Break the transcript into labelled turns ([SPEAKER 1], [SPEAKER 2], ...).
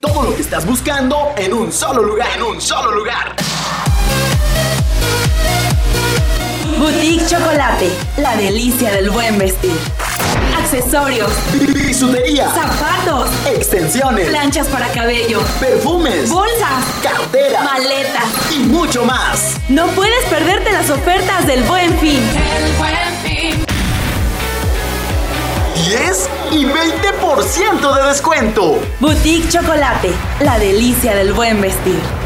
[SPEAKER 1] todo lo que estás buscando en un solo lugar, en un solo lugar.
[SPEAKER 2] Boutique Chocolate, la delicia del buen vestir. Accesorios,
[SPEAKER 1] Bisutería,
[SPEAKER 2] zapatos,
[SPEAKER 1] extensiones,
[SPEAKER 2] planchas para cabello,
[SPEAKER 1] perfumes,
[SPEAKER 2] bolsas,
[SPEAKER 1] carteras
[SPEAKER 2] maletas.
[SPEAKER 1] y mucho más.
[SPEAKER 2] No puedes perderte las ofertas del Buen Fin.
[SPEAKER 1] 10 y 20% de descuento.
[SPEAKER 2] Boutique Chocolate, la delicia del buen vestir.